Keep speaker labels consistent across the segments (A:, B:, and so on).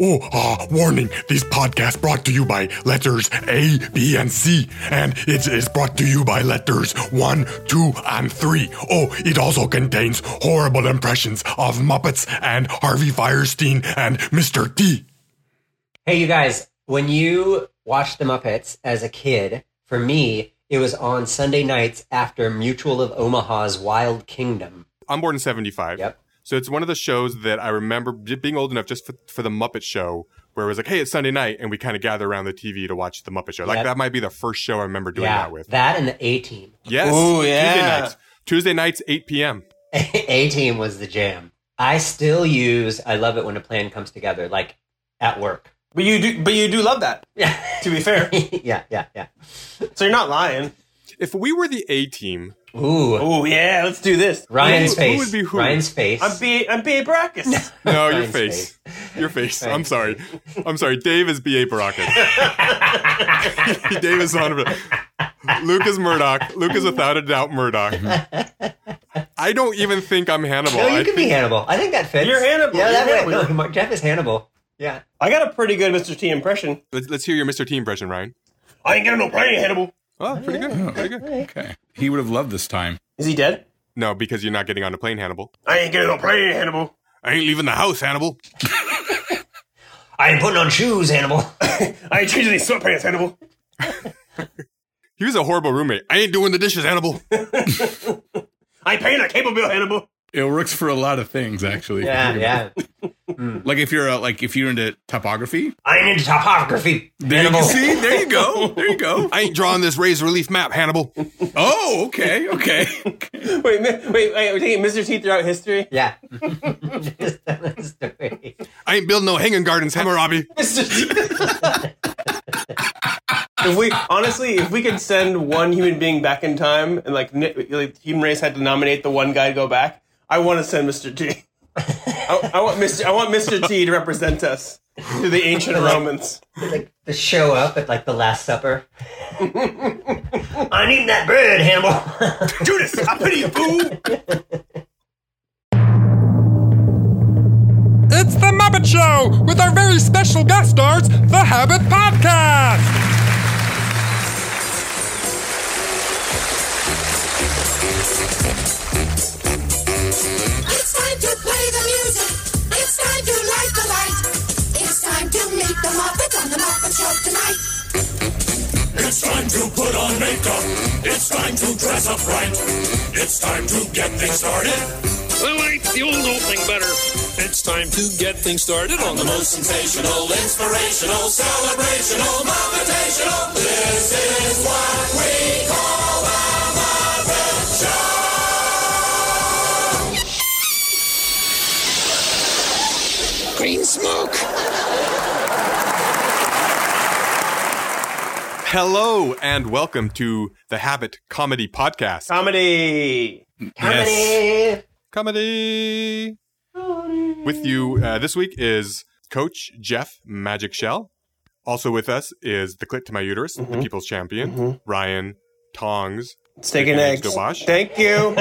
A: Oh, ah, warning. This podcast brought to you by letters A, B, and C. And it is brought to you by letters 1, 2, and 3. Oh, it also contains horrible impressions of Muppets and Harvey Firestein and Mr. T.
B: Hey, you guys, when you watched The Muppets as a kid, for me, it was on Sunday nights after Mutual of Omaha's Wild Kingdom.
C: I'm born in 75.
B: Yep.
C: So it's one of the shows that I remember j- being old enough just for, for the Muppet Show, where it was like, hey, it's Sunday night, and we kind of gather around the TV to watch the Muppet Show. Like
B: Yep.
C: that might be the first show I remember doing
B: yeah,
C: that with.
B: that and the A Team.
C: yes.
D: Ooh, yeah.
C: Tuesday nights. Tuesday nights, 8 p.m.
B: A Team was the jam. I still use. I love it when a plan comes together, like at work.
D: But you do, but you do love that.
B: Yeah,
D: To be fair,
B: yeah, yeah, yeah.
D: so you're not lying.
C: If we were the A team,
B: Ooh,
D: Oh yeah, let's do this.
B: Ryan's
C: who
B: face.
C: would be who?
B: Ryan's face.
D: I'm B. I'm B. Brackus.
C: no, your
B: Ryan's
C: face. Your face. I'm
B: Ryan's
C: sorry. I'm sorry. Dave is B.A. Baraka. Dave is 100%. Luke is Murdoch. Luke is without a doubt Murdoch. I don't even think I'm Hannibal.
B: no, you
C: I
B: can be Hannibal. I think that fits.
D: You're Hannibal,
B: Yeah,
D: you're
B: that
D: Hannibal.
B: No, Mark- Jeff is Hannibal. Yeah.
D: I got a pretty good Mr. T impression.
C: Let's, let's hear your Mr. T impression, Ryan.
D: I ain't got no brain, Hannibal.
C: Oh, pretty good. Pretty good.
E: Okay. He would have loved this time.
D: Is he dead?
C: No, because you're not getting on a plane, Hannibal.
D: I ain't got no brain, Hannibal.
C: I ain't leaving the house, Hannibal.
B: I ain't putting on shoes, Hannibal.
D: I ain't changing these sweatpants, Hannibal.
C: He was a horrible roommate. I ain't doing the dishes, Hannibal.
D: I ain't paying a cable bill, Hannibal.
E: It works for a lot of things, actually.
B: yeah, yeah.
E: Like if you're uh, like if you're into topography.
B: I ain't into topography.
E: There you
B: Hannibal.
E: see. There you go. There you go.
C: I ain't drawing this raised relief map, Hannibal.
E: Oh, okay, okay.
D: Wait, mi- wait, wait. We're taking Mr. T throughout history.
B: Yeah. Just tell that story.
C: I ain't building no hanging gardens, Hammurabi.
D: Mr. T. if we honestly, if we could send one human being back in time, and like, ni- like human race had to nominate the one guy to go back, I want to send Mr. T. I, I want Mr. I want Mr. T to represent us to the ancient Romans.
B: like the show up at like the Last Supper. I need that bread, Hannibal.
D: Judas, I pity you, fool.
F: It's The Muppet Show with our very special guest stars, The Habit Podcast.
G: It's time to play the music. It's time to light the light. It's time to meet the Muppets on the Muppet Show tonight.
H: It's time to put on makeup. It's time to dress up right. It's time to get things started. I like the old old thing better. It's time to get things started on the most sensational, inspirational, celebrational, motivational. This is what we call a Muppet Show. Green smoke.
C: Hello and welcome to the Habit Comedy Podcast.
D: Comedy.
E: yes.
C: Comedy. With you uh, this week is Coach Jeff Magic Shell. Also with us is the Clit to My Uterus, the People's Champion, Ryan Tongs.
D: Steak and
C: Eggs
D: eggs.
C: Dobosh.
D: Thank you.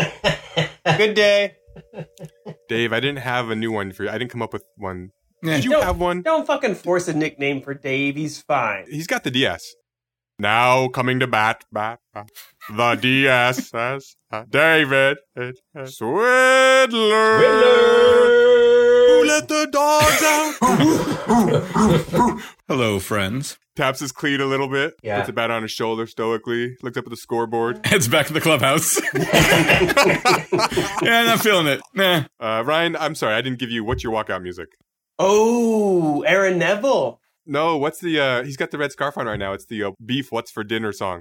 D: Good day.
C: Dave, I didn't have a new one for you. I didn't come up with one.
E: Yeah.
C: Did you
D: Don't-
C: have one?
D: Don't fucking force a nickname for Dave. He's fine.
C: He's got the DS. Now coming to bat, bat, bat. the DS says uh, David it, uh, Swidler. Who let the dogs out?
E: Hello, friends.
C: Taps his cleat a little bit.
B: Yeah.
C: Puts a bat on his shoulder stoically. Looks up at the scoreboard.
E: Heads back to the clubhouse. yeah, not feeling it. Nah.
C: Uh, Ryan, I'm sorry, I didn't give you what's your walkout music.
D: Oh, Aaron Neville.
C: No, what's the? uh He's got the red scarf on right now. It's the uh, beef. What's for dinner song.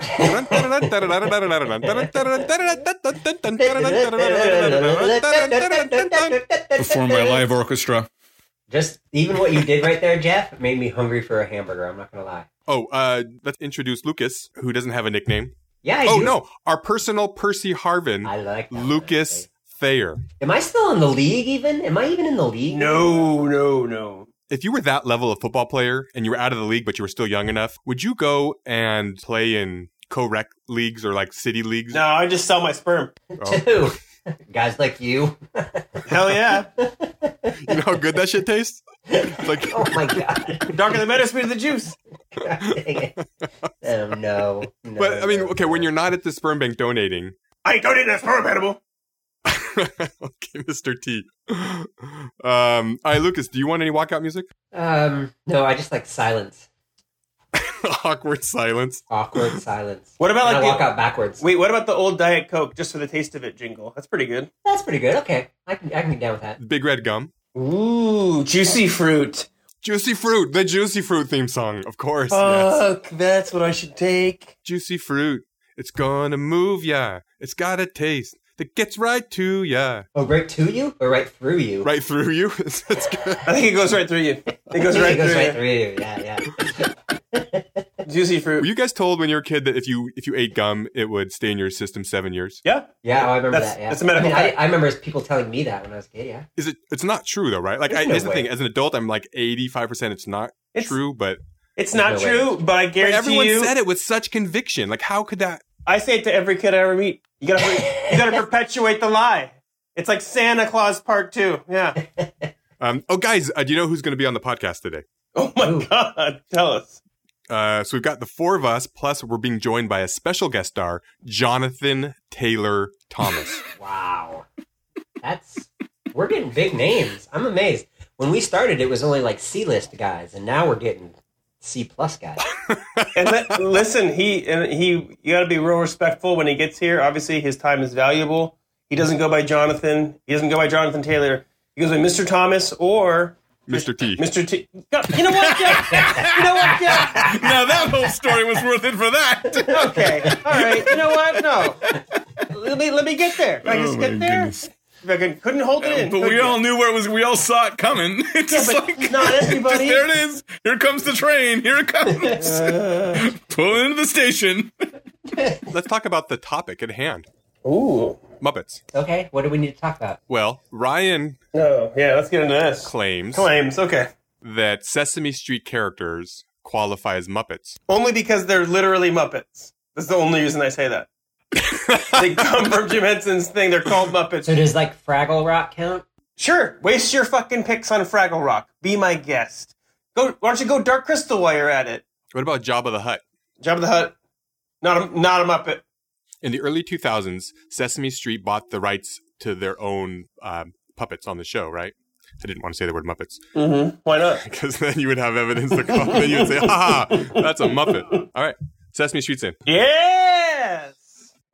E: Performed by a live orchestra.
B: Just even what you did right there, Jeff, made me hungry for a hamburger. I'm not gonna lie.
C: Oh, uh, let's introduce Lucas, who doesn't have a nickname.
B: Yeah. I
C: oh
B: do.
C: no, our personal Percy Harvin,
B: I like that one,
C: Lucas Thayer.
B: actually. Am I still in the league? Even am I even in the league?
D: No, no, no.
C: If you were that level of football player and you were out of the league, but you were still young enough, would you go and play in co-rec leagues or like city leagues?
D: No, I just sell my sperm.
C: Oh.
B: Two guys like you.
D: Hell yeah.
C: You know how good that shit tastes? It's like
B: Oh my god!
D: Darker the better, sweeter the juice.
B: Dang it. Oh no. no
C: But I mean,
B: no,
C: okay,
B: no.
C: when you're not at the sperm bank donating,
D: I ain't donating that sperm animal.
C: okay, Mr. T. Um, all right, Lucas, do you want any walkout music?
B: um, no, I just like silence,
C: Awkward silence.
B: awkward silence.
D: What about
B: And I
D: like
B: walk
D: the,
B: out backwards.
D: wait? What about the old Diet Coke just for the taste of it jingle? That's pretty good.
B: That's pretty good. Okay, I can I can get down with that.
C: Big red gum.
D: Ooh, juicy fruit.
C: Juicy fruit. The juicy fruit theme song, of course.
B: Uh.
C: yes.
D: Fuck, that's what I should take.
C: Juicy fruit. It's gonna move ya. It's got a taste that gets right to ya,
B: Oh, right to you or right through you?
C: right through you. That's good.
D: I think it goes right through you. It goes
B: Yeah,
D: right
B: it goes
D: through
B: right
D: you.
B: through you. Yeah, yeah.
D: Juicy fruit.
C: Were you guys told when you were a kid that if you if you ate gum, it would stay in your system seven years?
D: yeah.
B: Yeah, oh, I remember
D: That's-
B: that. Yeah,
D: that's a medical
B: I, mean,
D: fact.
B: I, I remember people telling me that when I was a kid. Yeah,
C: Is it? It's not true though, right? Like, I,
B: There's no
C: here's the
B: way.
C: thing: as an adult, I'm like 85. percent It's not
D: It's-
C: true, but
D: It's not
B: There's no
D: true, but I
C: But
D: guarantee
C: everyone
D: you.
C: said it with such conviction. Like, how could that?
D: I say it to every kid I ever meet. You gotta, you gotta perpetuate the lie. It's like Santa Claus Part Two. Yeah.
C: Um, oh, guys, uh, do you know who's going to be on the podcast today?
D: Oh my
B: Ooh.
D: God! Tell us.
C: Uh, so we've got the four of us, plus we're being joined by a special guest star, Jonathan Taylor Thomas.
B: wow. That's we're getting big names. I'm amazed. When we started, it was only like C list guys, and now we're getting C plus guys.
D: And let, listen, he and he. You gotta be real respectful when he gets here. Obviously, his time is valuable. He doesn't go by Jonathan. He doesn't go by Jonathan Taylor. He goes by Mr. Thomas or
C: Mr. T.
D: Mr. T. God, You know what, Jeff? You know what, Jeff?
E: now that whole story was worth it for that.
D: Okay. All right. You know what? No. Let me let me get there. Can I just get there? If I can- couldn't hold it in.
E: Oh But
D: could
E: we
D: you?
E: all knew where it was. We all saw it coming. It's just
D: but
E: like
D: not everybody.
E: Just, there it is. Here comes the train. Here it comes. Pulling into the station.
C: Let's talk about the topic at hand
D: Ooh.
C: Muppets.
B: Okay, what do we need to talk about?
C: Well, Ryan
D: No. Yeah. Let's get into this.
C: claims
D: Claims. Okay.
C: that Sesame Street characters qualify as Muppets.
D: Only because they're literally Muppets. That's the only reason I say that. they come from Jim Henson's thing. They're called
B: So
D: Muppets.
B: does like Fraggle Rock count?
D: Sure. Waste your fucking picks on Fraggle Rock. Be my guest. Go. Why don't you go Dark Crystal while you're at it?
C: What about Jabba the Hutt?
D: Jabba the Hutt. Not a not a Muppet.
C: In the early 2000s, Sesame Street bought the rights to their own um, puppets on the show, right? I didn't want to say the word Muppets.
D: Mm-hmm. Why not?
C: because then you would have evidence to call. then you would say, "Ha ha, that's a Muppet." All right, Sesame Street's in.
D: Yes.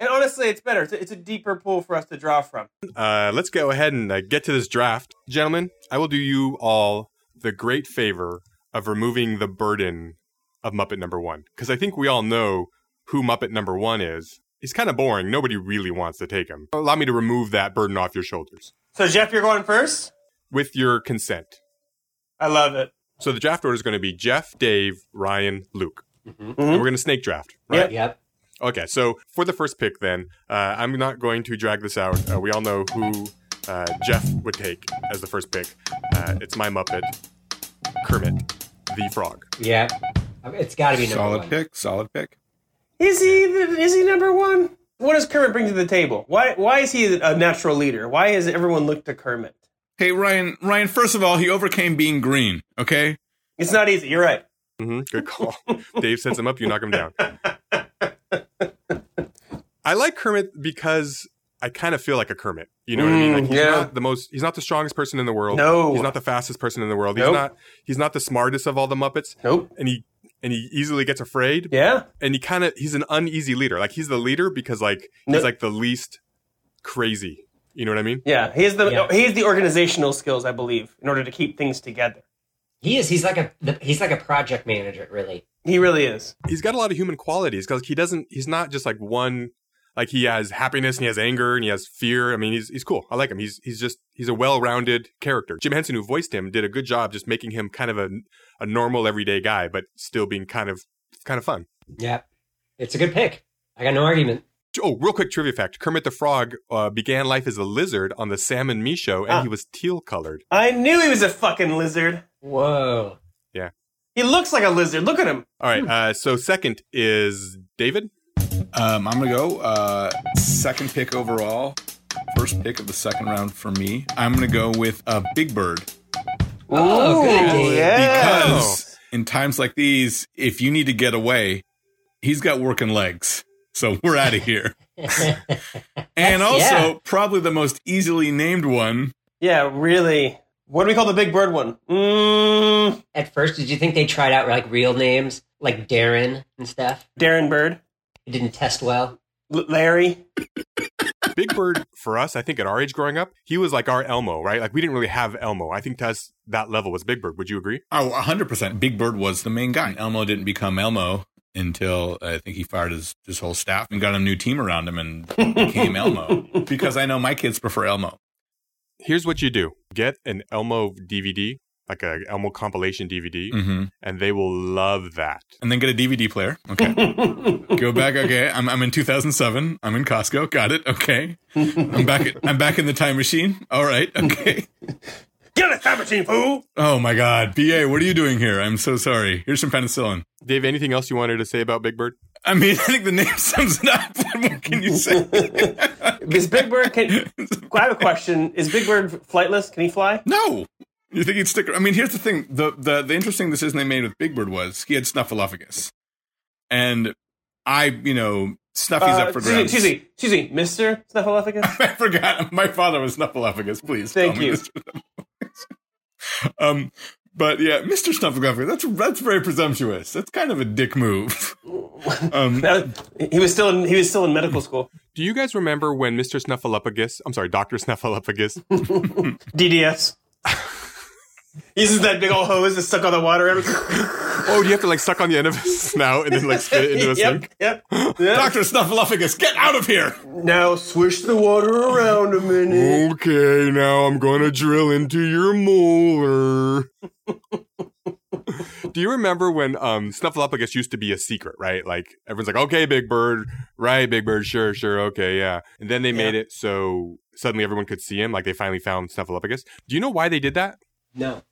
D: And honestly, it's better. It's a, it's a deeper pool for us to draw from.
C: Uh, let's go ahead and uh, get to this draft, gentlemen. I will do you all the great favor of removing the burden of Muppet Number One because I think we all know who Muppet Number One is. He's kind of boring. Nobody really wants to take him. Allow me to remove that burden off your shoulders
D: So Jeff, you're going first.
C: with your consent.
D: I love it.
C: So the draft order is going to be Jeff, Dave, Ryan, Luke.
B: Mhm.
C: And we're going to snake draft, right?
B: Yep.
C: Okay, so for the first pick, then uh, I'm not going to drag this out. Uh, we all know who uh, Jeff would take as the first pick. Uh, it's my Muppet, Kermit the Frog.
B: Yep. I mean, It's got to be number
E: Solid
B: one.
E: pick. Solid pick.
D: Is he is he number one? What does Kermit bring to the table? Why why is he a natural leader? Why is everyone looked to Kermit?
E: Hey Ryan, Ryan. First of all, he overcame being green. Okay.
D: It's not easy. You're right.
C: hmm good call. Dave sets him up, you knock him down. I like Kermit because I kind of feel like a Kermit. You know what I mean?
D: Mm,
C: Like he's
D: yeah.
C: not the most he's not the strongest person in the world.
D: No.
C: He's not the fastest person in the world. He's
D: Nope.
C: not he's not the smartest of all the Muppets.
D: Nope.
C: And he and he easily gets afraid,
D: Yeah.
C: and he kind of he's an uneasy leader. Like he's the leader because like
D: No-
C: he's like the least crazy. You know what I mean?
D: Yeah. He has the
B: Yeah.
D: he has the organizational skills, I believe, in order to keep things together.
B: He is. He's like a. the- He's like a project manager, really.
D: He really is.
C: He's got a lot of human qualities because he doesn't. He's not just like one. Like he has happiness and he has anger and he has fear. I mean, he's he's cool. I like him. He's he's just he's a well-rounded character. Jim Henson, who voiced him, did a good job just making him kind of a a normal everyday guy, but still being kind of kind of fun.
B: Yep. It's a good pick. I got no argument.
C: Oh, real quick trivia fact: Kermit the Frog uh, began life as a lizard on the Sam and Me show, and
D: Ah.
C: he was teal-colored.
D: I knew he was a fucking lizard.
B: Whoa.
D: He looks like a lizard. Look at him.
C: All
B: Hmm.
C: right. Uh, so second is David.
E: Um, I'm gonna go uh, second pick overall. First pick of the second round for me. I'm gonna go with a Big Bird
B: Oh, good Dave.
E: because in times like these, if you need to get away, he's got working legs. So we're out of here. and also,
B: yeah.
E: probably the most easily named one.
D: Yeah, really. What do we call the big bird one? Mm,
B: At first, did you think they tried out like real names like Darren and stuff?
D: Darren Bird,
B: It didn't test well.
D: L- Larry.
C: Big Bird for us, I think at our age growing up, he was like our Elmo, right? Like we didn't really have Elmo. I think to us that level was Big Bird. Would you agree?
E: Oh, 100%. Big Bird was the main guy. Elmo didn't become Elmo until I think he fired his, his whole staff and got a new team around him and became Elmo. Because I know my kids prefer Elmo.
C: Here's what you do: get an Elmo DVD, like a Elmo compilation DVD,
E: hmm
C: and they will love that.
E: And then get a DVD player. Okay. Go back. Okay. I'm, I'm in 2007. I'm in Costco. Got it. Okay. I'm back. at- I'm back in the time machine. All right. Okay.
D: Get a time machine, fool.
E: Oh my God, BA, what are you doing here? I'm so sorry. Here's some penicillin.
C: Dave, anything else you wanted to say about Big Bird?
E: I mean, I think the name sums it up. What more can you say?
D: Is Big Bird? Can, I have a question. Is Big Bird flightless? Can he fly?
E: no, you think he'd stick? I mean, here's the thing: the the the interesting decision they made with Big Bird was he had Snuffleupagus, and I, you know, Snuffy's
D: Uh,
E: up for
D: excuse me,
E: grabs.
D: excuse me, excuse me, Mister Snuffleupagus.
E: I forgot. My father was Snuffleupagus. Please,
D: Thank
E: call me
D: you.
E: Mr. um, but yeah, Mr. Snuffleupagus. That's that's very presumptuous. That's kind of a dick move. um,
D: That- he was still in. He was still in medical school.
C: Do you guys remember when Mr. Snuffleupagus, I'm sorry, Dr. Snuffleupagus, oh,
D: DDS. He uses that big old hose that's stuck on the water.
C: oh, do you have to like suck on the end of his snout and then like spit it into a
D: yep,
C: sink?
D: yep.
E: Doctor Snuffleupagus, get out of here!
D: Now swish the water around a minute.
C: Okay, now I'm gonna drill into your molar. Do you remember when um, Snuffleupagus used to be a secret, right? Like everyone's like, "Okay, Big Bird, right? Big Bird, sure, sure, okay, yeah." And then they made it so suddenly everyone could see him. Like they finally found Snuffleupagus. Do you know why they did that?
B: No.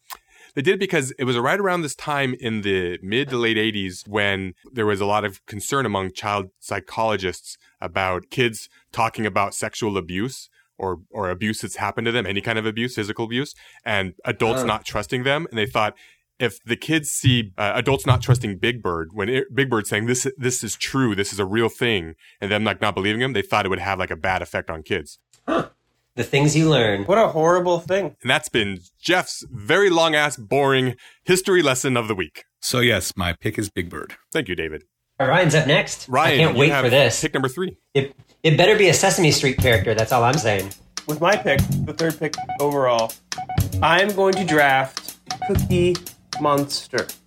C: They did it because it was right around this time in the mid to late 80s when there was a lot of concern among child psychologists about kids talking about sexual abuse or, or abuse that's happened to them, any kind of abuse, physical abuse, and adults not trusting them. And they thought, if the kids see uh, adults not trusting Big Bird, when it, Big Bird's saying this this is true, this is a real thing, and them like not believing him, they thought it would have like a bad effect on kids.
B: The things you learn.
D: What a horrible thing.
C: And that's been Jeff's very long ass boring history lesson of the week.
E: So yes, my pick is Big Bird.
C: Thank you, David.
B: All right, Ryan's up next. I can't
C: you
B: wait
C: have
B: for this.
C: Pick number three.
B: It, it better be a Sesame Street character. That's all I'm saying.
D: with my pick, the third pick overall, I'm going to draft Cookie Monster.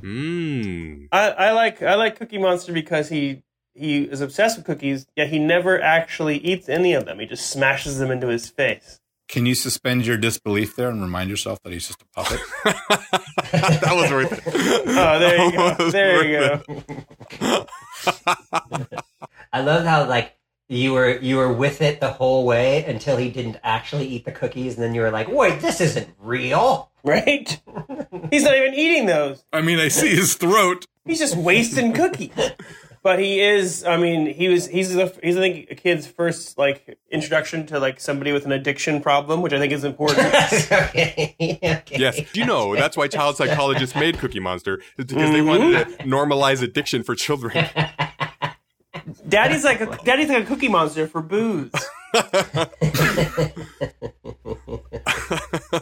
C: Mmm.
D: I, I like I like Cookie Monster because he he is obsessed with cookies, yet he never actually eats any of them. He just smashes them into his face.
E: Can you suspend your disbelief there and remind yourself that he's just a puppet?
C: that was worth it.
D: Oh, there you go. There you go.
B: I love how like you were you were with it the whole way until he didn't actually eat the cookies, and then you were like, "Wait, this isn't real."
D: Right? He's not even eating those.
E: I mean, I see his throat.
D: He's just wasting cookies. But he is. I mean, he was. He's. The, he's. I think a kid's first like introduction to like somebody with an addiction problem, which I think is important.
B: okay. okay.
C: yes. You know, that's why child psychologists made Cookie Monster, is because they wanted to
B: Mm-hmm.
C: normalize addiction for children.
D: Daddy's like a, Daddy's like a cookie monster for booze.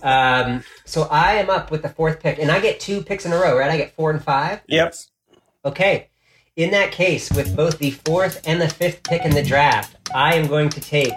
B: Um, so I am up with the fourth pick, and I get two picks in a row, right? I get four and five.
D: Yep.
B: Okay. In that case, with both the fourth and the fifth pick in the draft, I am going to take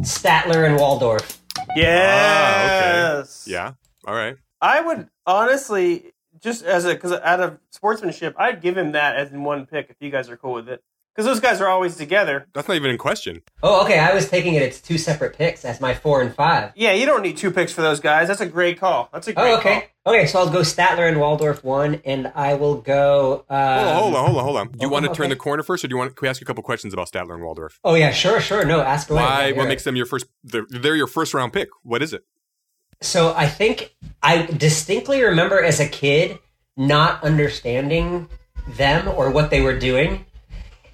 B: Statler and Waldorf.
D: Yes.
C: Yeah. All right.
D: I would honestly just as a because out of sportsmanship, I'd give him that as in one pick if you guys are cool with it. Because those guys are always together.
C: That's not even in question.
B: Oh, okay. I was taking it. It's two separate picks as my four and five.
D: Yeah, you don't need two picks for those guys. That's a great call. That's a great
B: Oh, okay. Okay, so I'll go Statler and Waldorf one, and I will go.
C: Hold on,
B: Uh,
C: hold on, hold on, hold on. Do you
B: oh,
C: want to
B: okay.
C: turn the corner first, or do you want? Can we ask you a couple questions about Statler and Waldorf?
B: oh, yeah, sure, sure. No, ask away. Oh, Yeah,
C: Why?
B: you're
C: What
B: right.
C: makes them your first? They're, they're your first round pick. What is it?
B: So I think I distinctly remember as a kid not understanding them or what they were doing.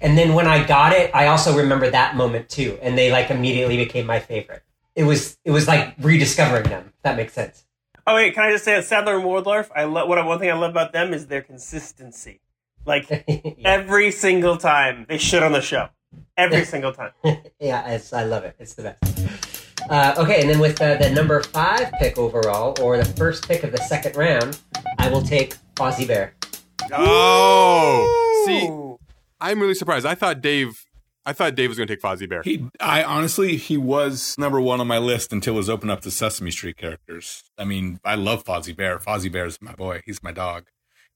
B: And then when I got it, I also remember that moment too. And they like immediately became my favorite. It was it was like rediscovering them. If that makes sense.
D: Oh wait, can I just say that Sadler and Wardlarf? I love what I- one thing I love about them is their consistency. Like
B: yeah,
D: every single time they shit on the show, every single time.
B: yeah it's, I love it. It's the best. Uh, okay, and then with uh, the number five pick overall, or the first pick of the second round, I will take Fozzie Bear.
C: Oh, see,
D: Ooh.
C: I'm really surprised. I thought Dave, I thought Dave was going to take Fozzie Bear.
E: He, I honestly, he was number one on my list until it was open up to Sesame Street characters. I mean, I love Fozzie Bear. Fozzie Bear is my boy. He's my dog.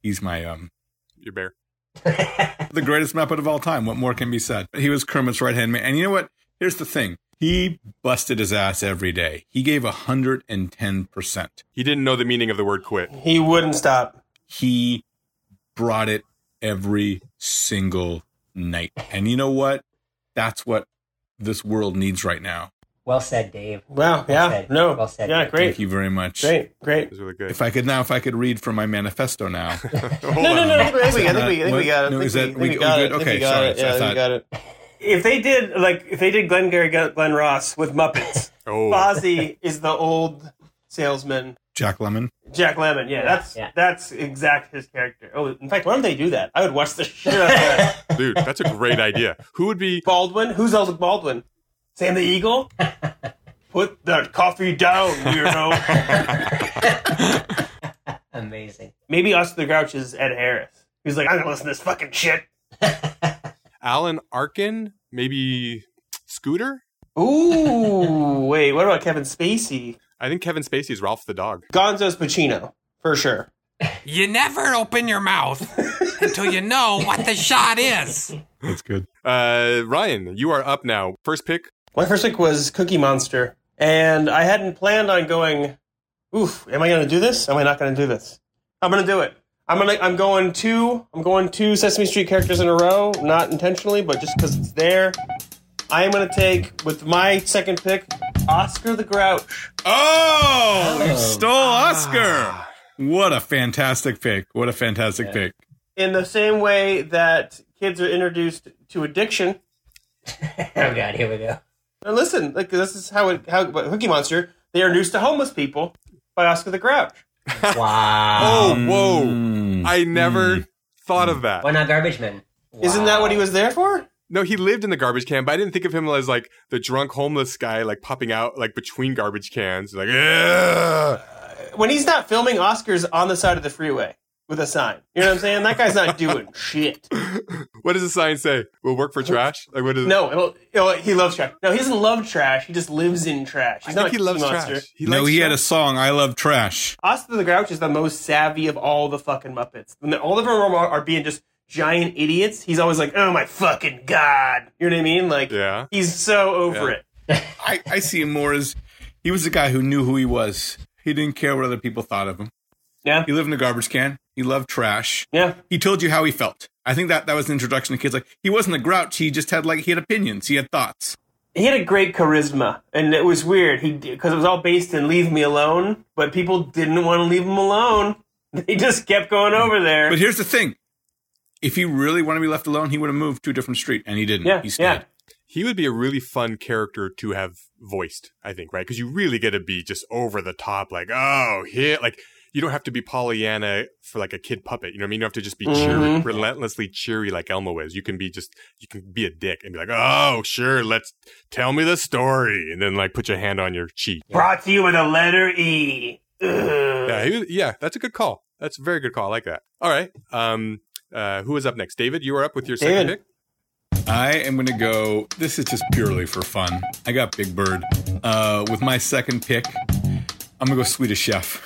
E: He's my um,
C: Your bear.
E: the greatest Muppet of all time. What more can be said? He was Kermit's right hand man. And you know what? Here's the thing. He busted his ass every day. He gave 110%.
C: He didn't know the meaning of the word quit.
D: He wouldn't stop.
E: He brought it every single night. And you know what? That's what this world needs right now.
B: Well said, Dave. Well
D: Wow. Yeah.
B: said.
D: No.
B: Well said.
D: Yeah.
E: Thank
D: Great.
E: you very much.
D: Great. Great.
C: It was really good.
E: If I could now, if I could read from my manifesto now.
C: Hold
D: No, no,
C: on.
D: no. I think we, I think we, I think we
E: What?
D: got it.
E: No,
D: I think
E: is that-
D: we- I think
E: we-
D: we
E: we
D: got
E: good?
D: it. I think
E: Okay,
D: we got
E: sorry.
D: it.
E: So I
D: Yeah, I think
E: thought-
D: we got it. If they did like if they did Glengarry Glenn Ross with Muppets,
C: Oh.
D: Fozzie is the old salesman.
E: Jack Lemon.
D: Jack Lemmon, yeah, that's
B: yeah.
D: that's exact his character. Oh, in fact, why don't they do that? I would watch the shit out of that.
C: Dude, that's a great idea. Who would be
D: Baldwin, who's else with Baldwin? Sam the Eagle. Put that coffee down, weirdo.
B: Amazing.
D: Maybe us the Grouch is Ed Harris. He's like, I'm gonna listen to this fucking shit.
C: Alan Arkin? Maybe Scooter?
D: Ooh, wait, what about Kevin Spacey?
C: I think Kevin Spacey's Ralph the dog.
D: Gonzo's Pacino, for sure.
I: You never open your mouth until you know what the shot is.
E: That's good.
C: Uh, Ryan, you are up now. First pick.
D: My first pick was Cookie Monster, and I hadn't planned on going. Oof, am I going to do this? Am I not going to do this? I'm going to do it. I'm going. to I'm going two. I'm going two Sesame Street characters in a row, not intentionally, but just because it's there. I am going to take with my second pick Oscar the Grouch.
E: Oh, you stole Oscar. What a fantastic pick. What a fantastic pick.
D: In the same way that kids are introduced to addiction,
B: Oh god, here we go.
D: And listen, like this is how it how but Cookie Monster they are introduced to homeless people by Oscar the Grouch.
B: Wow.
C: Oh, whoa.
E: Mm.
C: I never thought of that.
B: Why not Garbage Man?
D: Isn't that what he was there for?
C: No, he lived in the garbage can, but I didn't think of him as like the drunk homeless guy, like popping out like between garbage cans, like "Ugh."
D: When he's not filming, Oscar's on the side of the freeway with a sign. You know what I'm saying? That guy's not doing shit.
C: What does the sign say? Will work for trash? Like what is?
D: No, it'll, it'll, he loves trash. No, he doesn't love trash. He just lives in trash.
C: I
D: He's
C: think
D: not
C: he
D: a
C: loves
D: Cookie
C: trash.
D: Monster.
C: He
E: no,
C: likes
E: he had a
C: trash.
E: song, I Love Trash.
D: Oscar the Grouch is the most savvy of all the fucking Muppets. When the- all of them are, are being just giant idiots, he's always like, "Oh my fucking god!" You know what I mean? Like,
C: Yeah.
D: he's so over
C: Yeah.
D: it.
E: I, I see him more as he was a guy who knew who he was. He didn't care what other people thought of him.
D: Yeah,
E: He lived in a garbage can. He loved trash.
D: yeah.
E: He told you how he felt. I think that that was an introduction to kids. Like he wasn't a grouch. He just had like he had opinions. He had thoughts.
D: he had a great charisma, and it was weird. He because it was all based in "Leave Me Alone," but people didn't want to leave him alone. They just kept going over there.
E: But here's the thing: if he really wanted to be left alone, he would have moved to a different street, and he didn't.
D: yeah,
E: he stayed.
D: yeah.
C: He would be a really fun character to have voiced, I think, right? Because you really get to be just over the top, like oh here, like you don't have to be Pollyanna for like a kid puppet. You know what I mean? You don't have to just be cheery,
D: Mhm.
C: relentlessly cheery like Elmo is. You can be just you can be a dick and be like, oh sure, let's tell me the story, and then like put your hand on your cheek.
D: Brought to you with a letter E. Ugh.
C: Yeah, he was, yeah, that's a good call. That's a very good call. I like that. All right. Um, uh, who is up next? David, you are up with your second
D: David.
C: pick.
E: I am going to go. This is just purely for fun. I got Big Bird uh, with my second pick. I'm gonna go Swedish Chef.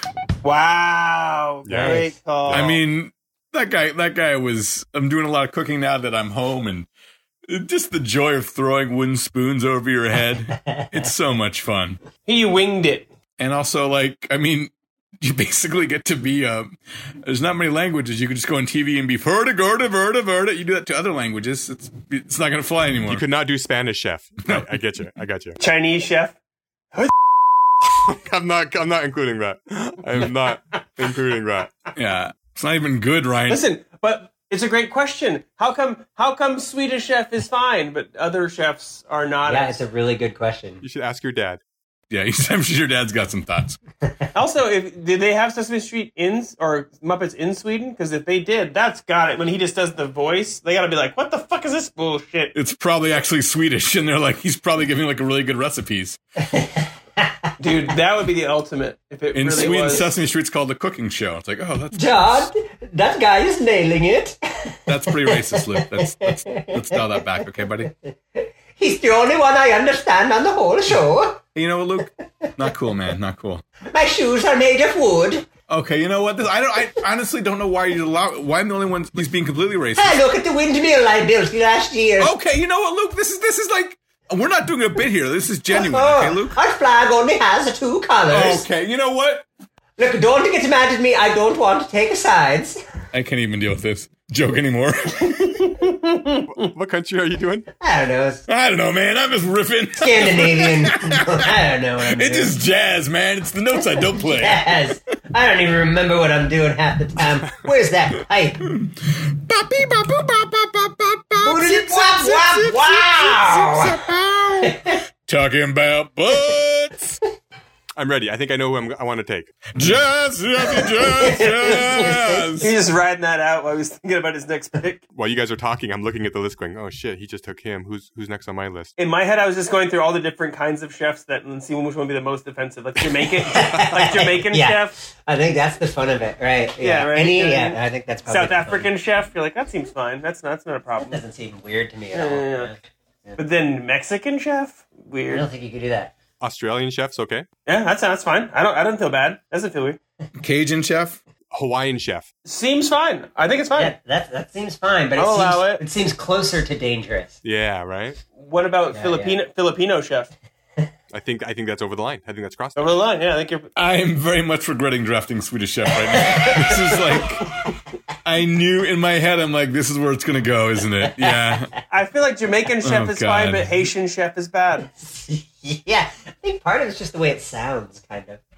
D: Wow,
C: Yeah.
D: great call.
E: I mean, that guy. That guy was. I'm doing a lot of cooking now that I'm home, and just the joy of throwing wooden spoons over your head. it's so much fun.
D: he winged it.
E: and also like i mean you basically get to be um there's not many languages you can just go on tv and be verda verda verda verda you do that to other languages it's it's not gonna fly anymore
C: You could not do Spanish, chef. I, I get you. I got you.
D: Chinese chef.
C: I'm not. I'm not including that. I'm not including that.
E: yeah it's not even good ryan
D: Listen, but It's a great question. How come how come Swedish chef is fine but other chefs are not?
B: Yeah, it's a really good question.
C: You should ask your dad.
E: Yeah, I'm sure your dad's got some thoughts.
D: also, if did they have Sesame Street in or Muppets in Sweden? Because if they did, that's got it. When he just does the voice, they got to be like, "What the fuck is this bullshit?"
E: It's probably actually Swedish, and they're like, he's probably giving like a really good recipes.
D: Dude, that would be the ultimate if it
E: In
D: really
E: Sweden,
D: was.
E: Sesame Street's called the cooking show. It's like, oh, that's
B: John, that guy is nailing it.
E: that's pretty racist, Luke. That's, that's, let's dial that back, okay, buddy?
B: He's the only one I understand on the whole show.
E: Hey, you know what, Luke? Not cool, man. Not cool.
B: My shoes are made of wood.
E: Okay, you know what? This, I don't. I honestly don't know why you allow. Why I'm the only one who's being completely racist.
B: Ah, look at the windmill I built last year.
D: Oh,
E: Okay, you know what, Luke? This is this is like we're not doing a bit here. This is genuine,
B: Oh,
E: okay, Luke?
B: Our flag only has two colors.
E: Okay, you know what?
B: Look, don't get mad at me. I don't want to take sides.
E: I can't even deal with this joke anymore.
C: What country are you doing?
B: I don't know. It's
E: I don't know, man. I'm just riffing.
B: Scandinavian. I don't know what I'm
E: It's
B: doing.
E: just jazz, man. It's the notes I don't play.
B: Yes. I don't even remember what I'm doing half the time. Where's that pipe?
E: Boppy, boppity, bop, bop, bop, bop, bop,
B: Boodity,
E: zip,
B: wop,
E: zip,
B: wop,
E: zip,
B: wow.
E: zip, zip, zip, zip, ow. Talking about butts.
C: I'm ready. I think I know who I'm, I want to take.
E: Jazz, jazz, jazz, jazz.
D: He's just riding that out while he's thinking about his next pick.
C: While you guys are talking, I'm looking at the list, going, "Oh shit, he just took him. Who's who's next on my list?"
D: In my head, I was just going through all the different kinds of chefs that and seeing which one would be the most offensive, like Jamaican, like Jamaican
B: Yeah.
D: chef,
B: I think that's the fun of it, right?
D: Yeah, right.
B: Any,
D: Yeah.
B: yeah. I think that's probably
D: South
B: the fun.
D: African chef. You're like, that seems fine. That's not, that's not a problem.
B: Doesn't seem weird to me at
D: Yeah,
B: all.
D: yeah, yeah. But then Mexican chef,
B: I
D: weird.
B: don't think you could do that.
C: Australian chefs, okay.
D: Yeah, that's that's fine. I don't I don't feel bad. Doesn't feel weird.
E: Cajun chef.
C: Hawaiian chef.
D: Seems fine. I think it's fine.
B: Yeah, that that seems fine, but it
D: I'll
B: seems,
D: allow it.
B: seems closer to dangerous.
C: Yeah, right.
D: What about
B: Yeah,
D: Filipino Filipino chef?
C: I think I think that's over the line. I think that's crossed.
D: Over the line. Yeah, I think you're.
E: I am very much regretting drafting Swedish Chef right now. this is like, I knew in my head, I'm like, this is where it's going to go, isn't it? Yeah.
D: I feel like Jamaican chef
E: Oh,
D: is fine,
E: God.
D: but Haitian chef is bad.
B: Yeah, I think part of it's just the way it sounds, kind of.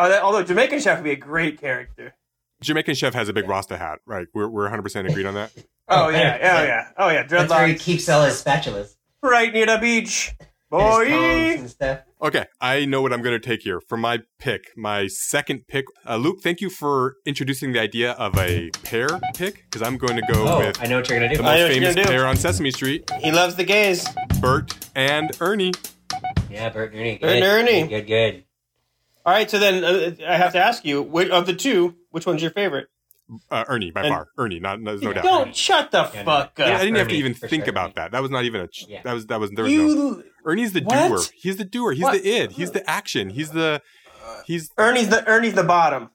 D: Oh, that, although Jamaican chef would be a great character.
C: Jamaican chef has a big Rasta hat, right? We're we're 100% agreed on that.
D: Oh,
B: Oh,
D: yeah,
B: yeah.
D: oh yeah, oh yeah,
B: That's where he
D: dreadlocks
B: keeps all his spatulas,
D: right near the beach.
B: and his tongs
D: Boy,
B: and stuff.
C: Okay, I know what I'm going to take here for my pick, my second pick. Uh, Luke, thank you for introducing the idea of a pear pick because I'm going to go
B: Oh,
C: with
B: I know what you're gonna do.
C: the
D: know
C: most
D: what you're
C: famous
D: gonna do.
C: pair on Sesame Street,
D: he loves the gays.
C: Bert and Ernie.
B: yeah, Bert and Ernie. Good.
D: Bert and Ernie.
B: Good, good.
D: All right, so then uh, I have to ask you, which, of the two, which one's your favorite?
C: Uh, Ernie by
D: And-
C: far. Ernie, not no, there's no doubt.
D: Don't shut the
B: Yeah, no.
D: fuck
C: I
D: up.
C: didn't have to
B: Ernie,
C: even
B: for
C: think
B: sure,
C: about
B: Ernie.
C: that. That was not even a. Ch-
B: Yeah.
C: That was that was there was no.
D: You,
C: Ernie's the
D: What?
C: doer. He's the doer. He's
D: What?
C: the id. He's the action. He's the. He's
D: Ernie's the Ernie's the bottom.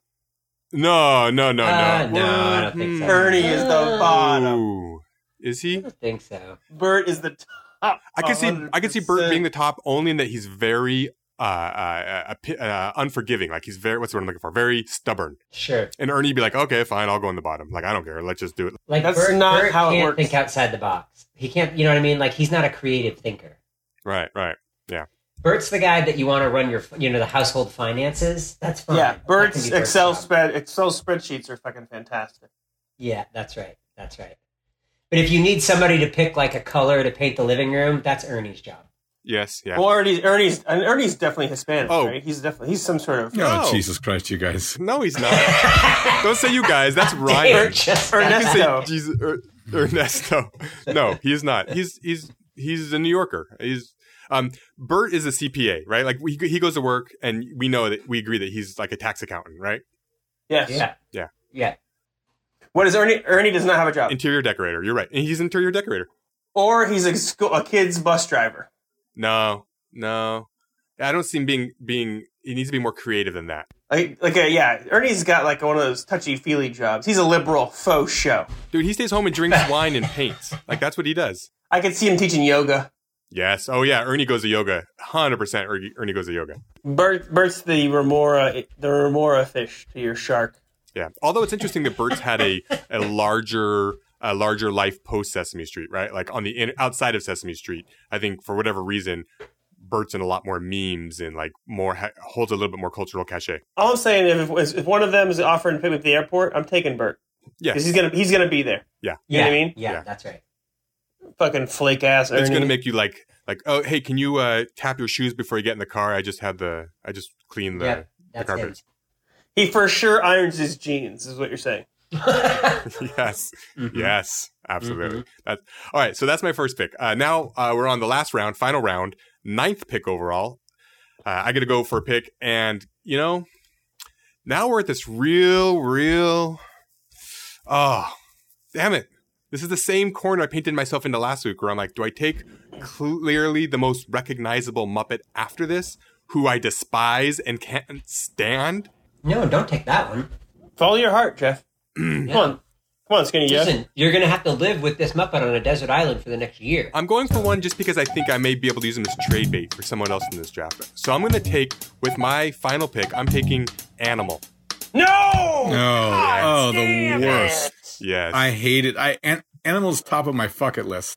C: no no Oh, no no.
B: Uh, no, I don't think
C: Hmm.
B: so.
D: Ernie is the bottom.
C: Ooh. Is he?
B: I don't think so.
D: Bert is the top.
C: I could see I could see Bert being the top only in that he's very uh, uh, uh, pi- uh unforgiving. Like he's very what's the word I'm looking for? Very stubborn.
B: Sure.
C: And Ernie'd be like, okay, fine, I'll go in the bottom. Like I don't care. Let's just do it.
B: Like
D: That's
B: Bert,
D: not
B: Bert
D: how it
B: can't
D: works.
B: think outside the box. He can't. You know what I mean? Like he's not a creative thinker.
C: Right, right. Yeah.
B: Bert's the guy that you want to run your, you know, the household finances. That's fine.
D: Yeah,
B: That can
D: Bert's
B: be Bert's
D: Excel
B: job.
D: spread Excel spreadsheets are fucking fantastic.
B: Yeah, that's right. That's right. But if you need somebody to pick like a color to paint the living room, that's Ernie's job.
C: Yes. Yeah.
D: Well, Ernie's Ernie's and Ernie's definitely Hispanic,
C: Oh.
D: right? He's definitely he's some sort of
E: Oh,
C: No.
E: Jesus Christ, you guys.
C: no, he's not. don't say you guys. That's
B: They're
C: Ryan.
B: just-
C: You can
D: Ernesto.
C: say Jesus, er, Ernesto. No, he is not. He's he's he's a New Yorker. He's um Bert is a CPA, right? Like he he goes to work, and we know that we agree that he's like a tax accountant, right?
D: Yes.
B: yeah,
C: Yeah.
B: yeah.
D: What is Ernie? Ernie does not have a job,
C: Interior decorator. You're right. And he's interior decorator.
D: or he's a, school, a kid's bus driver.
C: No, no. I don't see him being being. He needs to be more creative than that,
D: Like, like a, yeah, Ernie's got like one of those touchy feely jobs. He's a liberal faux show.
C: dude. He stays home and drinks wine and paints. Like that's what he does.
D: I could see him teaching yoga.
C: Yes. Oh yeah. Ernie goes to yoga. Hundred percent. Ernie goes to yoga.
D: Bert, Bert's the remora, the remora fish to your shark.
C: Yeah. Although it's interesting that Bert's had a a larger a larger life post Sesame Street, right? Like on the in, outside of Sesame Street, I think for whatever reason, Bert's in a lot more memes and like more ha- holds a little bit more cultural cachet.
D: All I'm saying is, if, is if one of them is offering to pick me up at the airport, I'm taking Bert.
C: Yes.
D: 'Cause he's gonna he's gonna be there. You know
B: yeah,
D: what I mean?
B: Yeah,
C: Yeah.
B: that's right.
D: Fucking flake ass. Ernie.
C: It's gonna make you like like oh hey can you uh, tap your shoes before you get in the car? I just had the I just cleaned the
B: Yep,
C: the
B: that's him.
C: carpet.
D: he for sure irons his jeans. Is what you're saying?
C: yes, yes, absolutely. That's all right. So that's my first pick. Uh, now uh, we're on the last round, final round, ninth pick overall. Uh, I got to go for a pick, and you know, now we're at this real, real. Oh, damn it! This is the same corner I painted myself into last week, where I'm like, do I take clearly the most recognizable Muppet after this, who I despise and can't stand?
B: No, don't take that one.
D: Follow your heart, Jeff. Come on, come on, Skinny Jeff.
B: Mm. Listen, you're gonna have to live with this Muppet on a desert island for the next year.
C: I'm going for one just because I think I may be able to use him as trade bait for someone else in this draft. So I'm going to take, with my final pick, I'm taking Animal.
E: Oh,
D: No.
E: oh, the worst.
C: Yes.
E: I hate it. I an, animals top of my fuck-it list.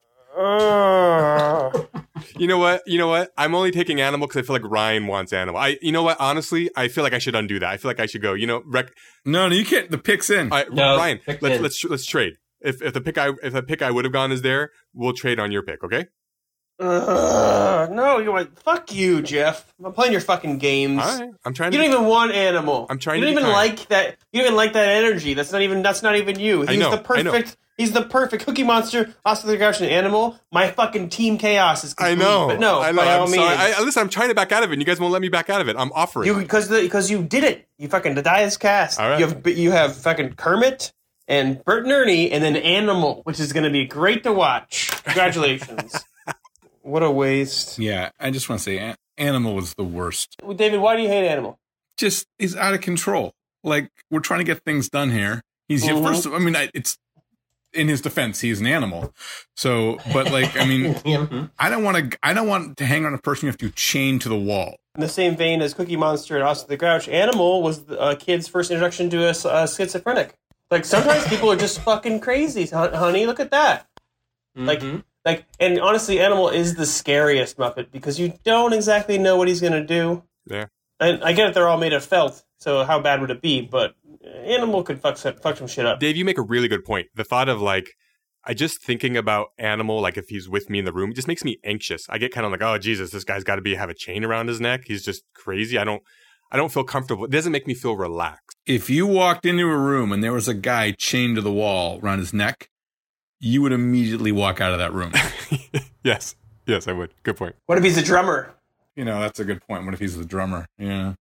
D: Ugh.
C: you know what? You know what? I'm only taking Animal because I feel like Ryan wants Animal. I, you know what? Honestly, I feel like I should undo that. I feel like I should go. You know, rec-
E: No, no, you can't. The pick's in.
C: I,
B: No,
C: Ryan,
B: pick
C: let's
B: in.
C: let's let's trade. If if the pick I if the pick I would have gone is there, we'll trade on your pick. Okay?
D: Ugh. no, you're like fuck you, Jeff. I'm playing your fucking games.
C: All right. I'm trying
D: You
C: to.
D: don't even want animal.
C: I'm trying
D: You
C: to
D: don't
C: be
D: even
C: kind.
D: like that. You don't even like that energy. That's not even. That's not even you. He's
C: I know,
D: the
C: I know.
D: perfect. He's the perfect Cookie Monster, Oscar the Grouch, and animal. My fucking Team Chaos is.
C: I
D: Complete,
C: know.
D: But no,
C: I know.
D: by
C: I'm
D: all
C: sorry.
D: means,
C: I, listen, I'm trying to back out of it. and You guys won't let me back out of it. I'm offering.
D: you because because you did it. You fucking the die is cast.
C: All right.
D: You have you have fucking Kermit and Bert and Ernie, and then Animal, which is going to be great to watch. Congratulations. what a waste,
E: yeah, I just want to say, an, animal was the worst.
D: Well, David. Why do you hate Animal?
E: Just he's out of control. Like we're trying to get things done here. He's
D: Mhm.
E: first. of- I mean, I, it's in his defense. He's an animal. So, but like, I mean,
B: Mhm.
E: I don't want to. I don't want to hang on a person you have to chain to the wall.
D: In the same vein as Cookie Monster and Oscar the Grouch, Animal was a uh, kid's first introduction to a, s- a schizophrenic. Like sometimes people are just fucking crazy, hon- honey. Look at that. Like,
E: Mm-hmm.
D: like, and honestly, Animal is the scariest Muppet because you don't exactly know what he's gonna do.
C: Yeah.
D: And I get it; they're all made of felt, so how bad would it be? But uh, Animal could fuck some- fuck some shit up.
C: Dave, you make a really good point. The thought of like, I just thinking about animal, like if he's with me in the room, it just makes me anxious. I get kind of like, oh Jesus, this guy's got to be have a chain around his neck. He's just crazy. I don't, I don't feel comfortable. It doesn't make me feel relaxed.
E: If you walked into a room and there was a guy chained to the wall around his neck, you would immediately walk out of that room.
C: Yes, yes, I would. Good point.
D: What if he's a drummer?
E: you know, that's a good point. What if he's the drummer? Yeah.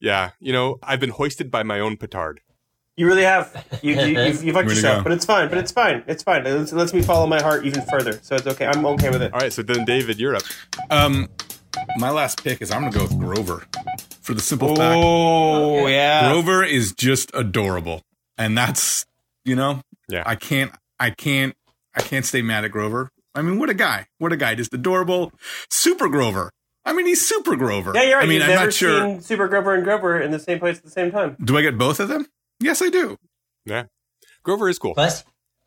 C: Yeah, you know, I've been hoisted by my own petard.
D: You really have. You you, you, you
E: Way
D: fucked
E: to go.
D: yourself, but it's fine. But it's fine. It's fine. It lets, it lets me follow my heart even further, so it's okay. I'm okay with it.
C: All right, so then David, you're up.
E: Um, my last pick is I'm gonna go with Grover for the simple fact
D: Oh yeah.
E: Grover is just adorable, and that's you know,
C: Yeah.
E: I can't, I can't, I can't stay mad at Grover. I mean, what a guy! What a guy! Just adorable, super Grover. I mean, he's super Grover.
D: Yeah, you're right.
E: I mean,
D: You've
E: I'm
D: never
E: not sure.
D: seen Super Grover and Grover in the same place at the same time.
E: Do I get both of them? Yes, I do.
C: Grover is cool.
B: Plus,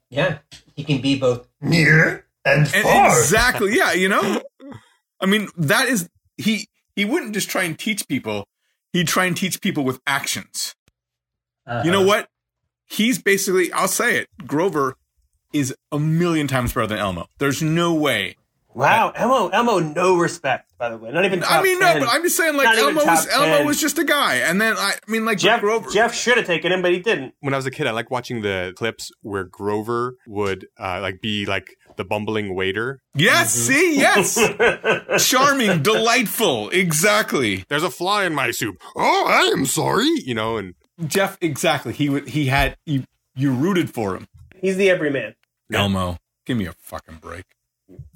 B: yeah, he can be both near and
E: And
B: far.
E: exactly. Yeah, you know. I mean, that is he. He wouldn't just try and teach people. He'd try and teach people with actions. You know what? He's basically, I'll say it, Grover is a million times better than Elmo. There's no way.
D: Wow, Elmo, Elmo, no respect. By the way, not even. Top
E: I mean,
D: 10.
E: no, but I'm just saying, like,
D: Not even
E: Elmo was,
D: top
E: Elmo
D: 10.
E: was just a guy. And then, I, I mean, like,
D: Jeff.
E: Grover.
D: Jeff should have taken him, but he didn't.
C: When I was a kid, I liked watching the clips where Grover would uh, like be like the bumbling waiter.
E: Yes,
D: Mm-hmm.
E: see? Yes. Charming, delightful. Exactly.
C: There's a fly in my soup.
A: Oh, I am sorry.
C: You know, and
E: Jeff, exactly. He would, he had, you, you rooted for him.
D: He's the everyman.
E: Elmo, give me a fucking break.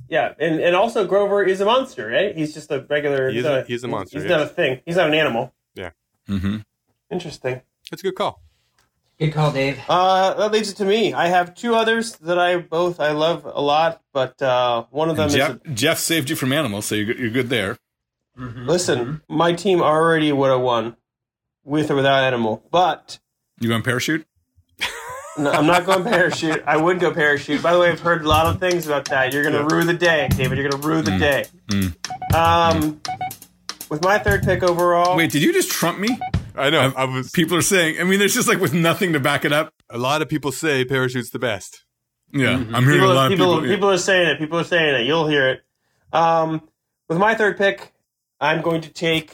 D: Yeah, and, and also Grover is a monster, right? He's just a regular.
C: He is
D: he's
C: a-
D: not
C: he is a monster,
D: He's
C: yes.
D: not a thing. He's not an animal.
E: Mm-hmm.
D: Interesting.
C: that's a good call.
B: Good call, Dave.
D: Uh, that leaves it to me. I have two others that I both I love a lot, but uh, one of them is a-
E: Jeff, Jeff saved you from animals, so you're, you're good there.
D: listen. My team already would have won with or without animal, but
E: You going parachute?
D: No, I'm not going parachute. I would go parachute. By the way, I've heard a lot of things about that. You're gonna rue the day, David. You're gonna rue
E: Mm.
D: the day. Um, with my third pick overall,
E: Wait, did you just trump me?
C: I know.
E: I've-
C: I was
E: people are saying. I mean, there's just like with nothing to back it up.
C: a lot of people say parachutes the best.
E: Yeah, I'm hearing
D: Mm-hmm. people,
E: a lot
D: people,
E: of people.
D: people are saying it. People are saying it. You'll hear it. Um, with my third pick, I'm going to take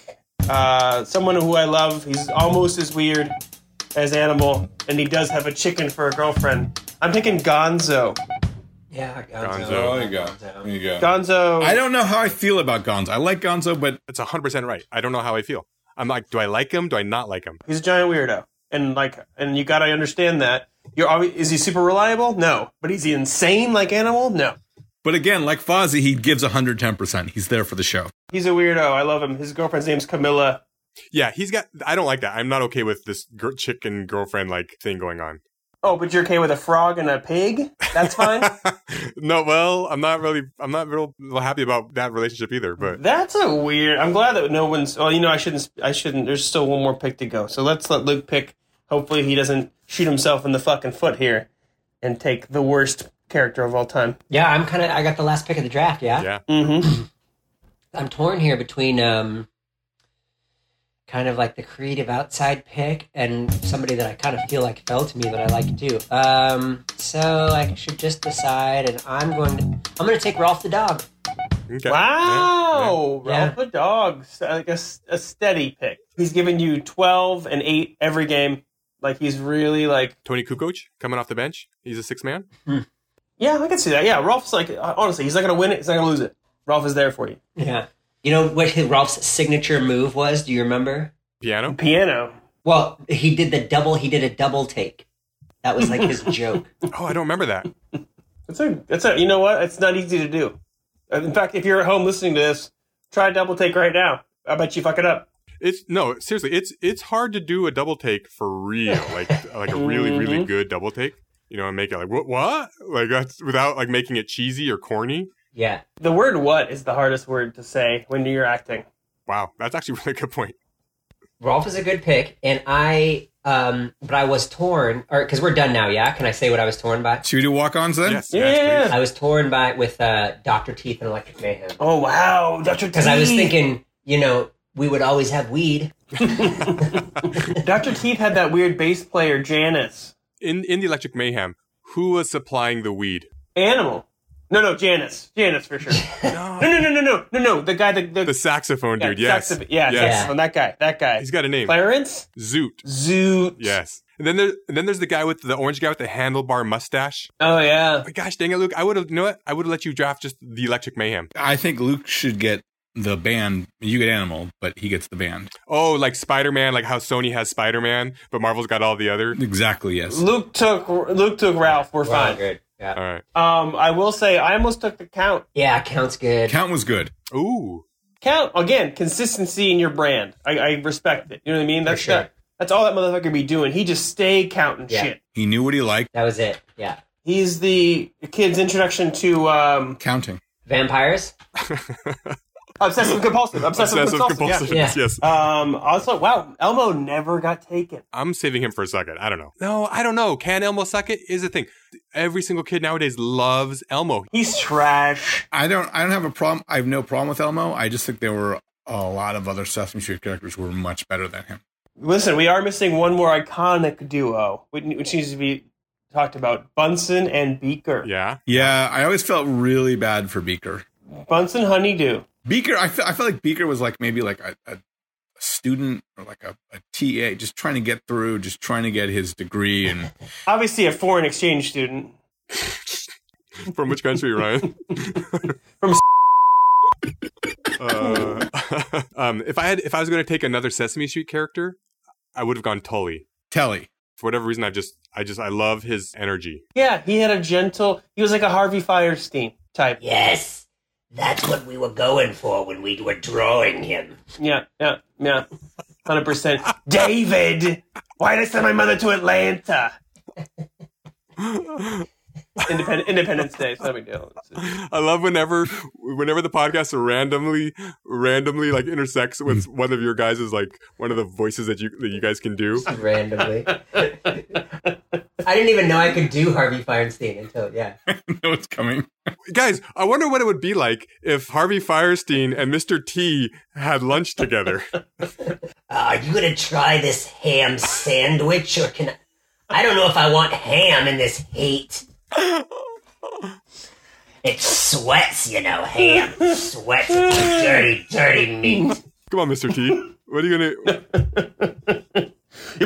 D: uh, someone who I love. He's almost as weird as Animal, and he does have a chicken for a girlfriend. I'm picking Gonzo.
B: Yeah,
C: Gonzo.
E: Oh, there you go. There you go.
D: Gonzo.
E: I don't know how I feel about Gonzo. I like Gonzo, but
C: That's 100% right. I don't know how I feel. I'm like, do I like him? Do I not like him?
D: He's a giant weirdo, and like, and you gotta understand that. You're always, is he super reliable? No, but is he insane like Animal? No.
E: but again, like Fozzie, he gives 110%. He's there for the show.
D: He's a weirdo. I love him. His girlfriend's name's Camilla.
C: Yeah, he's got. I don't like that. I'm not okay with this gr- chicken girlfriend like thing going on.
D: Oh, but you're okay with a frog and a pig? That's fine.
C: no, well, I'm not really. I'm not real happy about that relationship either. But
D: That's a weird. I'm glad that no one's. Well, you know, I shouldn't. I shouldn't. There's still one more pick to go. So let's let Luke pick. Hopefully, he doesn't shoot himself in the fucking foot here, and take the worst character of all time.
B: Yeah, I'm kind of. I got the last pick of the draft. Yeah,
C: Yeah.
D: Mm-hmm.
B: I'm torn here between um, kind of like the creative outside pick and somebody that I kind of feel like fell to me that I like too. Um, so like, I should just decide, and I'm going. To, I'm going to take Rolf the dog.
C: okay.
D: Wow,
B: Yeah, yeah.
D: Ralph the dog, s- like a, s- a steady pick. He's giving you twelve and eight every game. Like he's really like.
C: Tony Kukoc coming off the bench. He's a six man.
D: Yeah, I can see that. Yeah, Rolf's like uh, honestly, he's not gonna win it. He's not gonna lose it. Rolf is there for you.
B: Yeah. You know what his, Rolf's signature move was? Do you remember?
C: Piano.
D: Piano.
B: Well, he did the double. He did a double take. That was like his joke.
C: Oh, I don't remember that.
D: That's a that's a you know what? It's not easy to do. In fact, if you're at home listening to this, try a double take right now. I bet you fuck it up.
C: It's no, seriously. It's it's hard to do a double take for real, like like a really really good double take. You know, and make it like what what like that's without like making it cheesy or corny.
B: Yeah.
D: The word "what" is the hardest word to say when you're acting.
C: Wow, that's actually a really good point.
B: Rolf is a good pick, and I, um, but I was torn, or because we're done now, yeah. Can I say what I was torn by?
E: Should we do walk ons then?
C: Yes, yes,
D: Yeah.
B: I was torn by with uh, Doctor Teeth and Electric Mayhem
D: Oh wow, Doctor.
B: because I was thinking, you know, we would always have weed.
D: Doctor Teeth had that weird bass player Janice.
C: please. In in the Electric Mayhem, who was supplying the weed?
D: Animal. No, no, Janice. Janice for sure. no, no, no, no, no, no, no. The guy, the the,
C: The saxophone
D: yeah,
C: dude. Yes,
D: saxophone- yeah,
C: Yes.
D: saxophone, that guy, that guy.
C: he's got a name.
D: Clarence
C: Zoot.
D: Zoot.
C: Yes. And then there, and then there's the guy with the orange guy with the handlebar mustache.
D: Oh yeah.
C: Oh, gosh dang it, Luke! I would have, you know what? I would have let you draft just the Electric Mayhem.
E: I think Luke should get the band. You get Animal, but he gets the band.
C: Oh, like Spider Man, like how Sony has Spider Man, but Marvel's got all the other.
E: Exactly, yes.
D: Luke took Luke took Ralph. We're
B: Wow,
D: fine.
B: good. Yeah.
C: All right.
D: Um, I will say I almost took the count.
B: Yeah, counts good.
E: Count was good.
C: Ooh,
D: Count again, consistency in your brand. I, I respect it. You know what I mean? That's
B: sure.
D: that, that's all that motherfucker be doing. He just stay counting
B: Yeah.
D: shit.
E: He knew what he liked
B: that was it. Yeah.
D: He's the kid's introduction to um,
E: counting.
B: Vampires.
D: obsessive compulsive. Obsessive,
C: obsessive
D: compulsive.
C: compulsive.
D: yeah.
B: Yeah.
C: Yes.
D: Um, also, wow, Elmo never got taken.
C: I'm saving him for a second. I don't know. No, I don't know. Can Elmo suck it? Is the thing. Every single kid nowadays loves Elmo.
D: He's trash.
E: I don't I don't have a problem. I have no problem with Elmo. I just think there were a lot of other Sesame Street characters who were much better than him.
D: Listen, we are missing one more iconic duo, which, which needs to be talked about: Bunsen and Beaker.
C: Yeah.
E: Yeah, I always felt really bad for Beaker.
D: Bunsen Honeydew.
E: Beaker, I felt I felt like Beaker was like maybe like a, a student or like a, a TA, just trying to get through, just trying to get his degree and
D: Obviously, a foreign exchange student.
C: From which country, Ryan?
D: From-
C: Uh, um, if I had, if I was going to take another Sesame Street character, I would have gone Tully.
E: Telly.
C: For whatever reason, I just, I just, I love his energy.
D: Yeah, he had a gentle. He was like a Harvey Firestein type. Yeah,
B: Yes, that's what we were going for when we were drawing him.
D: yeah, yeah, hundred percent. David, why did I send my mother to Atlanta? Independ- Independence Day, so no big deal.
C: I love whenever whenever the podcast randomly randomly like intersects with one of your guys is like one of the voices that you that you guys can do.
B: Randomly. I didn't even know I could do Harvey Feinstein until yeah.
E: know it's coming.
C: guys, I wonder what it would be like if Harvey Firestein and Mr. T had lunch together.
B: Uh, are you gonna try this ham sandwich, or can I?
J: I don't know if I want ham in this heat. It sweats, you know, ham sweats. It's a dirty, dirty meat.
C: Come on, Mr. T. What are you gonna?
D: You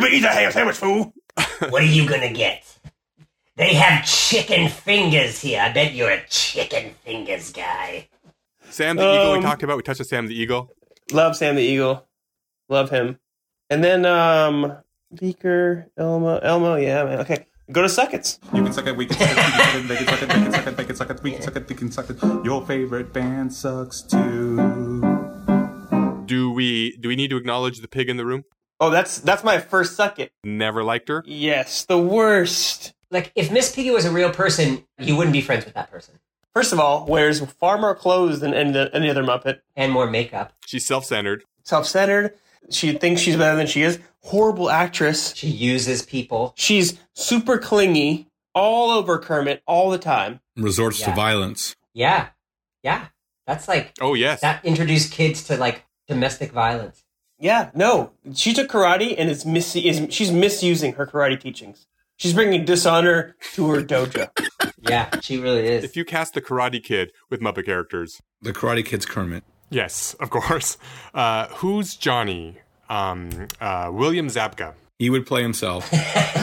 D: better eat that ham sandwich, fool.
J: What are you gonna get? They have chicken fingers here. I bet you're a chicken fingers guy.
C: Sam the Eagle. We
D: Um,
C: talked about. We touched on Sam the Eagle.
D: Love Sam the Eagle. Love him. And then um Beaker, Elmo, Elmo, yeah, man. Okay. Go to Suckets.
K: You can suck it, we can suck it, we can suck it, they can suck it, they can suck it, they can suck it, we can suck it, we can suck it. Your favorite band sucks too.
C: Do we? Do we need to acknowledge the pig in the room?
D: Oh, that's that's my first Sucket.
C: Never liked her.
D: Yes, the worst.
B: Like, if Miss Piggy was a real person, you
J: Mm-hmm.
B: wouldn't be friends with that person.
D: First of all, wears far more clothes than any, any other Muppet.
B: And more makeup.
C: She's self-centered.
D: Self-centered. She thinks she's better than she is. Horrible actress.
B: She uses people.
D: She's super clingy, all over Kermit, all the time.
E: Resorts to
B: Yeah.
E: violence.
B: Yeah. Yeah. That's like,
C: Oh yes.
B: that introduced kids to like domestic violence.
D: Yeah, no, she took karate and is mis- is she's misusing her karate teachings. She's bringing dishonor to her dojo.
B: Yeah. She really is.
C: if you cast the Karate Kid with Muppet characters,
E: The Karate Kid's Kermit.
C: yes, of course. Uh, who's Johnny? Um, uh, William Zabka.
E: He would play himself.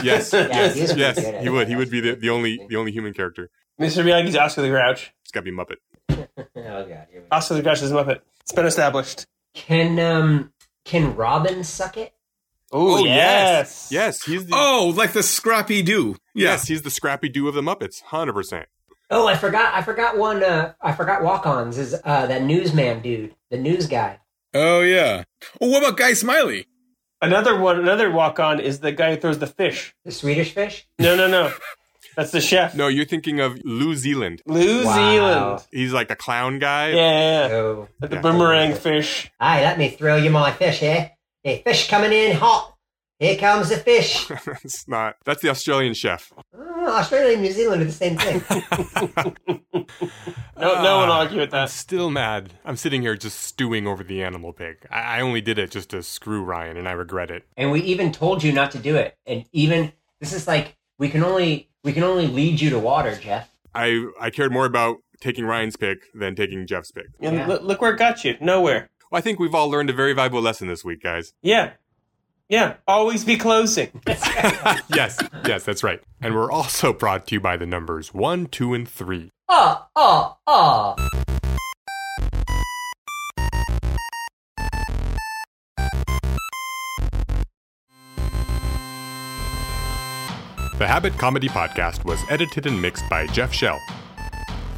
C: Yes,
B: Yeah, he is really
C: yes,
B: good at
C: he
B: it.
C: would. He would be the, the only the only human character.
D: Mr. Miyagi's Oscar the Grouch.
C: It's got to be Muppet.
B: Oh, God. Here we go.
D: Oscar the Grouch is a Muppet. It's been established.
B: Can, um, can Robin suck it?
D: Ooh, Oh, yes.
C: Oh, yes, he's the,
E: oh, like the Scrappy Doo. Yeah.
C: yes, he's the Scrappy Doo of the Muppets, hundred percent.
B: Oh, I forgot. I forgot one. Uh, I forgot walk-ons is uh, that newsman dude, the news guy.
E: Oh yeah. Oh, what about Guy Smiley?
D: Another one, another walk on is the guy who throws the fish.
B: The Swedish fish?
D: No, no, no. That's the chef.
C: No, you're thinking of Lou Zealand.
D: New
B: Wow.
D: Zealand.
C: He's like the clown guy.
D: Yeah, yeah, yeah.
B: Oh.
D: Like the
C: Yeah.
D: boomerang fish.
B: Aye, let me throw you my fish, eh? Hey, fish coming in hot. Here comes the fish.
C: it's not. That's the Australian chef.
B: Oh, Australia and New Zealand are the same thing.
D: No, no one will
C: Ah.
D: argue with
C: I'm
D: that.
C: still mad. I'm sitting here just stewing over the animal pig. I, I only did it just to screw Ryan, and I regret it.
B: and we even told you not to do it. And even this is like we can only we can only lead you to water, Jeff.
C: I I cared more about taking Ryan's pick than taking Jeff's pick.
D: And
B: Yeah.
D: look- look where it got you. Nowhere.
C: Well, I think we've all learned a very valuable lesson this week, guys.
D: Yeah. Yeah. Always be closing.
C: yes, yes, that's right. And we're also brought to you by the numbers one, two, and three.
B: Oh, oh, oh.
C: The Habit Comedy Podcast was edited and mixed by Jeff Shell.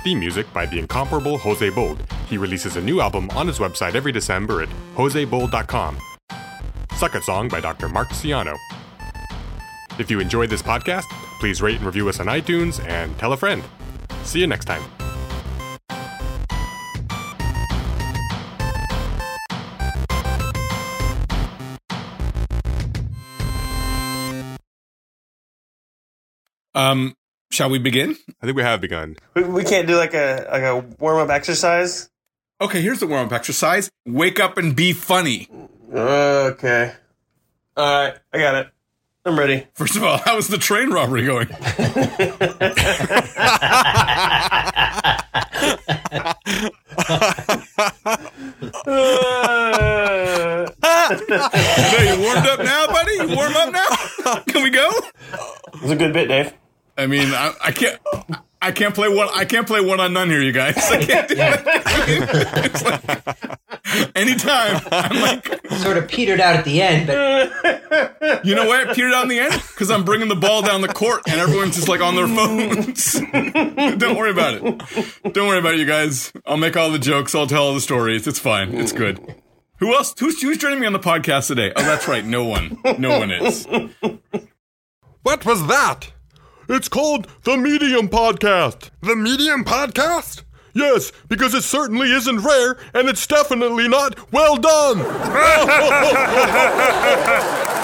C: Theme music by the incomparable Jose Bold. He releases a new album on his website every December at josebold.com. Suck It Song by Dr. Mark Ciano. If you enjoyed this podcast, please rate and review us on iTunes and tell a friend. See you next time.
E: Um, shall we begin?
C: I think we have begun.
D: We, we can't do like a like a warm up exercise.
E: Okay, here's the warm-up exercise. Wake up and be funny.
D: Okay. All right, I got it. I'm ready.
E: First of all, how's the train robbery going?
D: Uh,
E: Hey, you warmed up now, buddy? You warm up now? Can we go?
D: was a good bit, Dave.
E: I mean, I, I can't. I can't play one. I can't play one on none here, you guys. I can't do it. It's like, anytime, I'm like,
B: Sort of petered out at the end, but
E: you know why I petered out in the end? Because I'm bringing the ball down the court, and everyone's just like on their phones. Don't worry about it. Don't worry about it, you guys. I'll make all the jokes. I'll tell all the stories. It's fine. It's good. Who else? Who's, who's joining me on the podcast today? Oh, that's right. No one. No one is.
A: What was that? It's called the Medium Podcast. The Medium Podcast? Yes, because it certainly isn't rare, and it's definitely not well done.